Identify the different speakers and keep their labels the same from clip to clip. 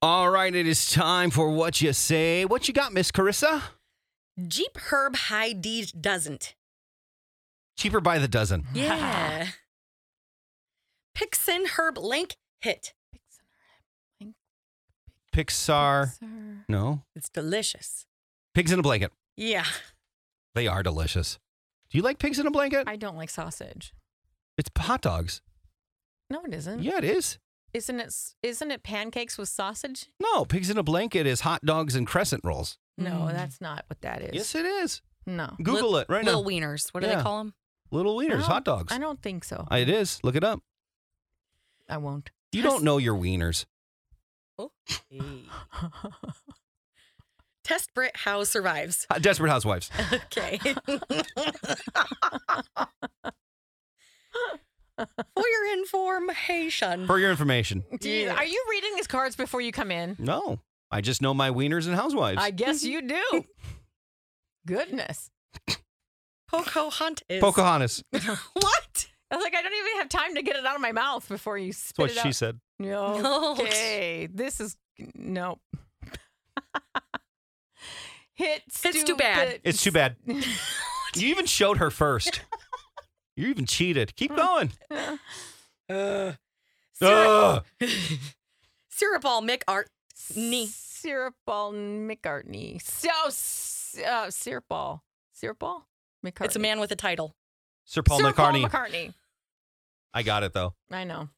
Speaker 1: All right, it is time for what you say. What you got, Miss Carissa?
Speaker 2: Jeep Herb High D doesn't.
Speaker 1: Cheaper by the dozen.
Speaker 2: Yeah. Pixen Herb Link hit.
Speaker 1: Pixar.
Speaker 3: Pixar.
Speaker 1: No.
Speaker 2: It's delicious.
Speaker 1: Pigs in a blanket.
Speaker 2: Yeah.
Speaker 1: They are delicious. Do you like pigs in a blanket?
Speaker 3: I don't like sausage.
Speaker 1: It's hot dogs.
Speaker 3: No, it isn't.
Speaker 1: Yeah, it is.
Speaker 3: Isn't it? s- Isn't it pancakes with sausage?
Speaker 1: No, pigs in a blanket is hot dogs and crescent rolls.
Speaker 3: No,
Speaker 2: Mm.
Speaker 3: that's not what that is.
Speaker 1: Yes, it is.
Speaker 3: No.
Speaker 1: Google
Speaker 2: Lit-
Speaker 1: it right
Speaker 2: little
Speaker 1: now.
Speaker 2: wieners. What do
Speaker 1: Yeah.
Speaker 2: they call them?
Speaker 1: Little wieners,
Speaker 3: No,
Speaker 1: hot dogs.
Speaker 3: I don't think so.
Speaker 1: It is. Look it up.
Speaker 3: I won't.
Speaker 1: You
Speaker 2: Yes.
Speaker 1: don't know your wieners.
Speaker 2: Test Brit How survives.
Speaker 1: Hot- Uh, Desperate Housewives.
Speaker 2: Okay. For your information.
Speaker 1: For your information.
Speaker 3: Do you-
Speaker 2: Yeah.
Speaker 3: Are you reading these cards before you come in?
Speaker 1: No, I just know my wieners and housewives.
Speaker 3: I guess you do. Goodness.
Speaker 2: Poco Hunt is.
Speaker 1: Pocahontas. That's
Speaker 2: What?
Speaker 3: I was like, I don't even have time to get it out of my mouth before you spit
Speaker 1: what
Speaker 3: it out.
Speaker 1: she said.
Speaker 3: No.
Speaker 2: No.
Speaker 3: Okay. This is nope. Hit stupid.
Speaker 2: It's too bad.
Speaker 1: It's too bad. You even showed her first. you even cheated. Keep going.
Speaker 2: Uh, syrup,
Speaker 1: Ugh.
Speaker 2: syrup all Mick art. Nee.
Speaker 3: Syrup ball McCartney. So s- uh, syrup ball. Syrup ball? McCartney.
Speaker 2: It's a man with a title.
Speaker 1: Sir Paul
Speaker 3: Sir
Speaker 1: McCartney.
Speaker 3: Paul McCartney.
Speaker 1: I got it though.
Speaker 3: I know.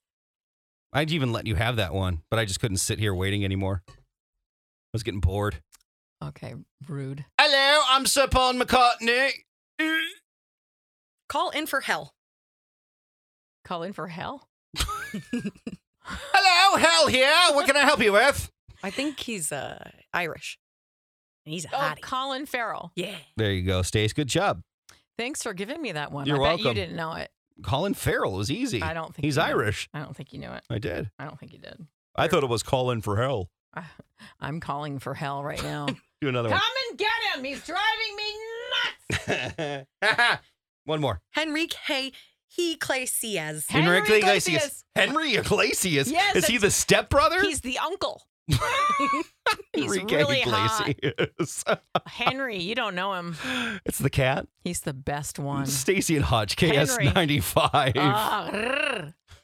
Speaker 1: I'd even let you have that one, but I just couldn't sit here waiting anymore. I was getting bored.
Speaker 3: Okay. Rude.
Speaker 1: Hello, I'm Sir Paul McCartney.
Speaker 2: Call in for hell.
Speaker 3: Call in for hell.
Speaker 1: Hello, hell here. What can I help you with?
Speaker 2: I think he's uh, Irish. And he's a
Speaker 3: Oh,
Speaker 2: hottie.
Speaker 3: Colin Farrell.
Speaker 2: yeah.
Speaker 1: There you go, Stace. Good job.
Speaker 3: Thanks for giving me that one.
Speaker 1: You're
Speaker 3: I bet you
Speaker 1: welcome.
Speaker 3: didn't know it.
Speaker 1: Colin Farrell was easy.
Speaker 3: I don't think
Speaker 1: He's
Speaker 3: you know.
Speaker 1: Irish.
Speaker 3: I don't think you knew it.
Speaker 1: I did.
Speaker 3: I don't think you did.
Speaker 1: I thought it was calling for hell.
Speaker 3: I, I'm calling for hell right now.
Speaker 1: Do another
Speaker 3: Come and get him. He's driving me nuts.
Speaker 1: one. one more.
Speaker 2: Henrique Hay, he Clay Ciaz.
Speaker 3: Henry Iglesias.
Speaker 1: Henry Iglesias.
Speaker 3: Yes,
Speaker 1: Is he the stepbrother?
Speaker 3: He's the uncle. he's
Speaker 1: Enrique
Speaker 3: really hot.
Speaker 1: Iglesias.
Speaker 3: Henry, you don't know him.
Speaker 1: it's the cat.
Speaker 3: He's the best one.
Speaker 1: Stacy and Hodge,
Speaker 3: Henry.
Speaker 1: KS95.
Speaker 3: Ah, grrr.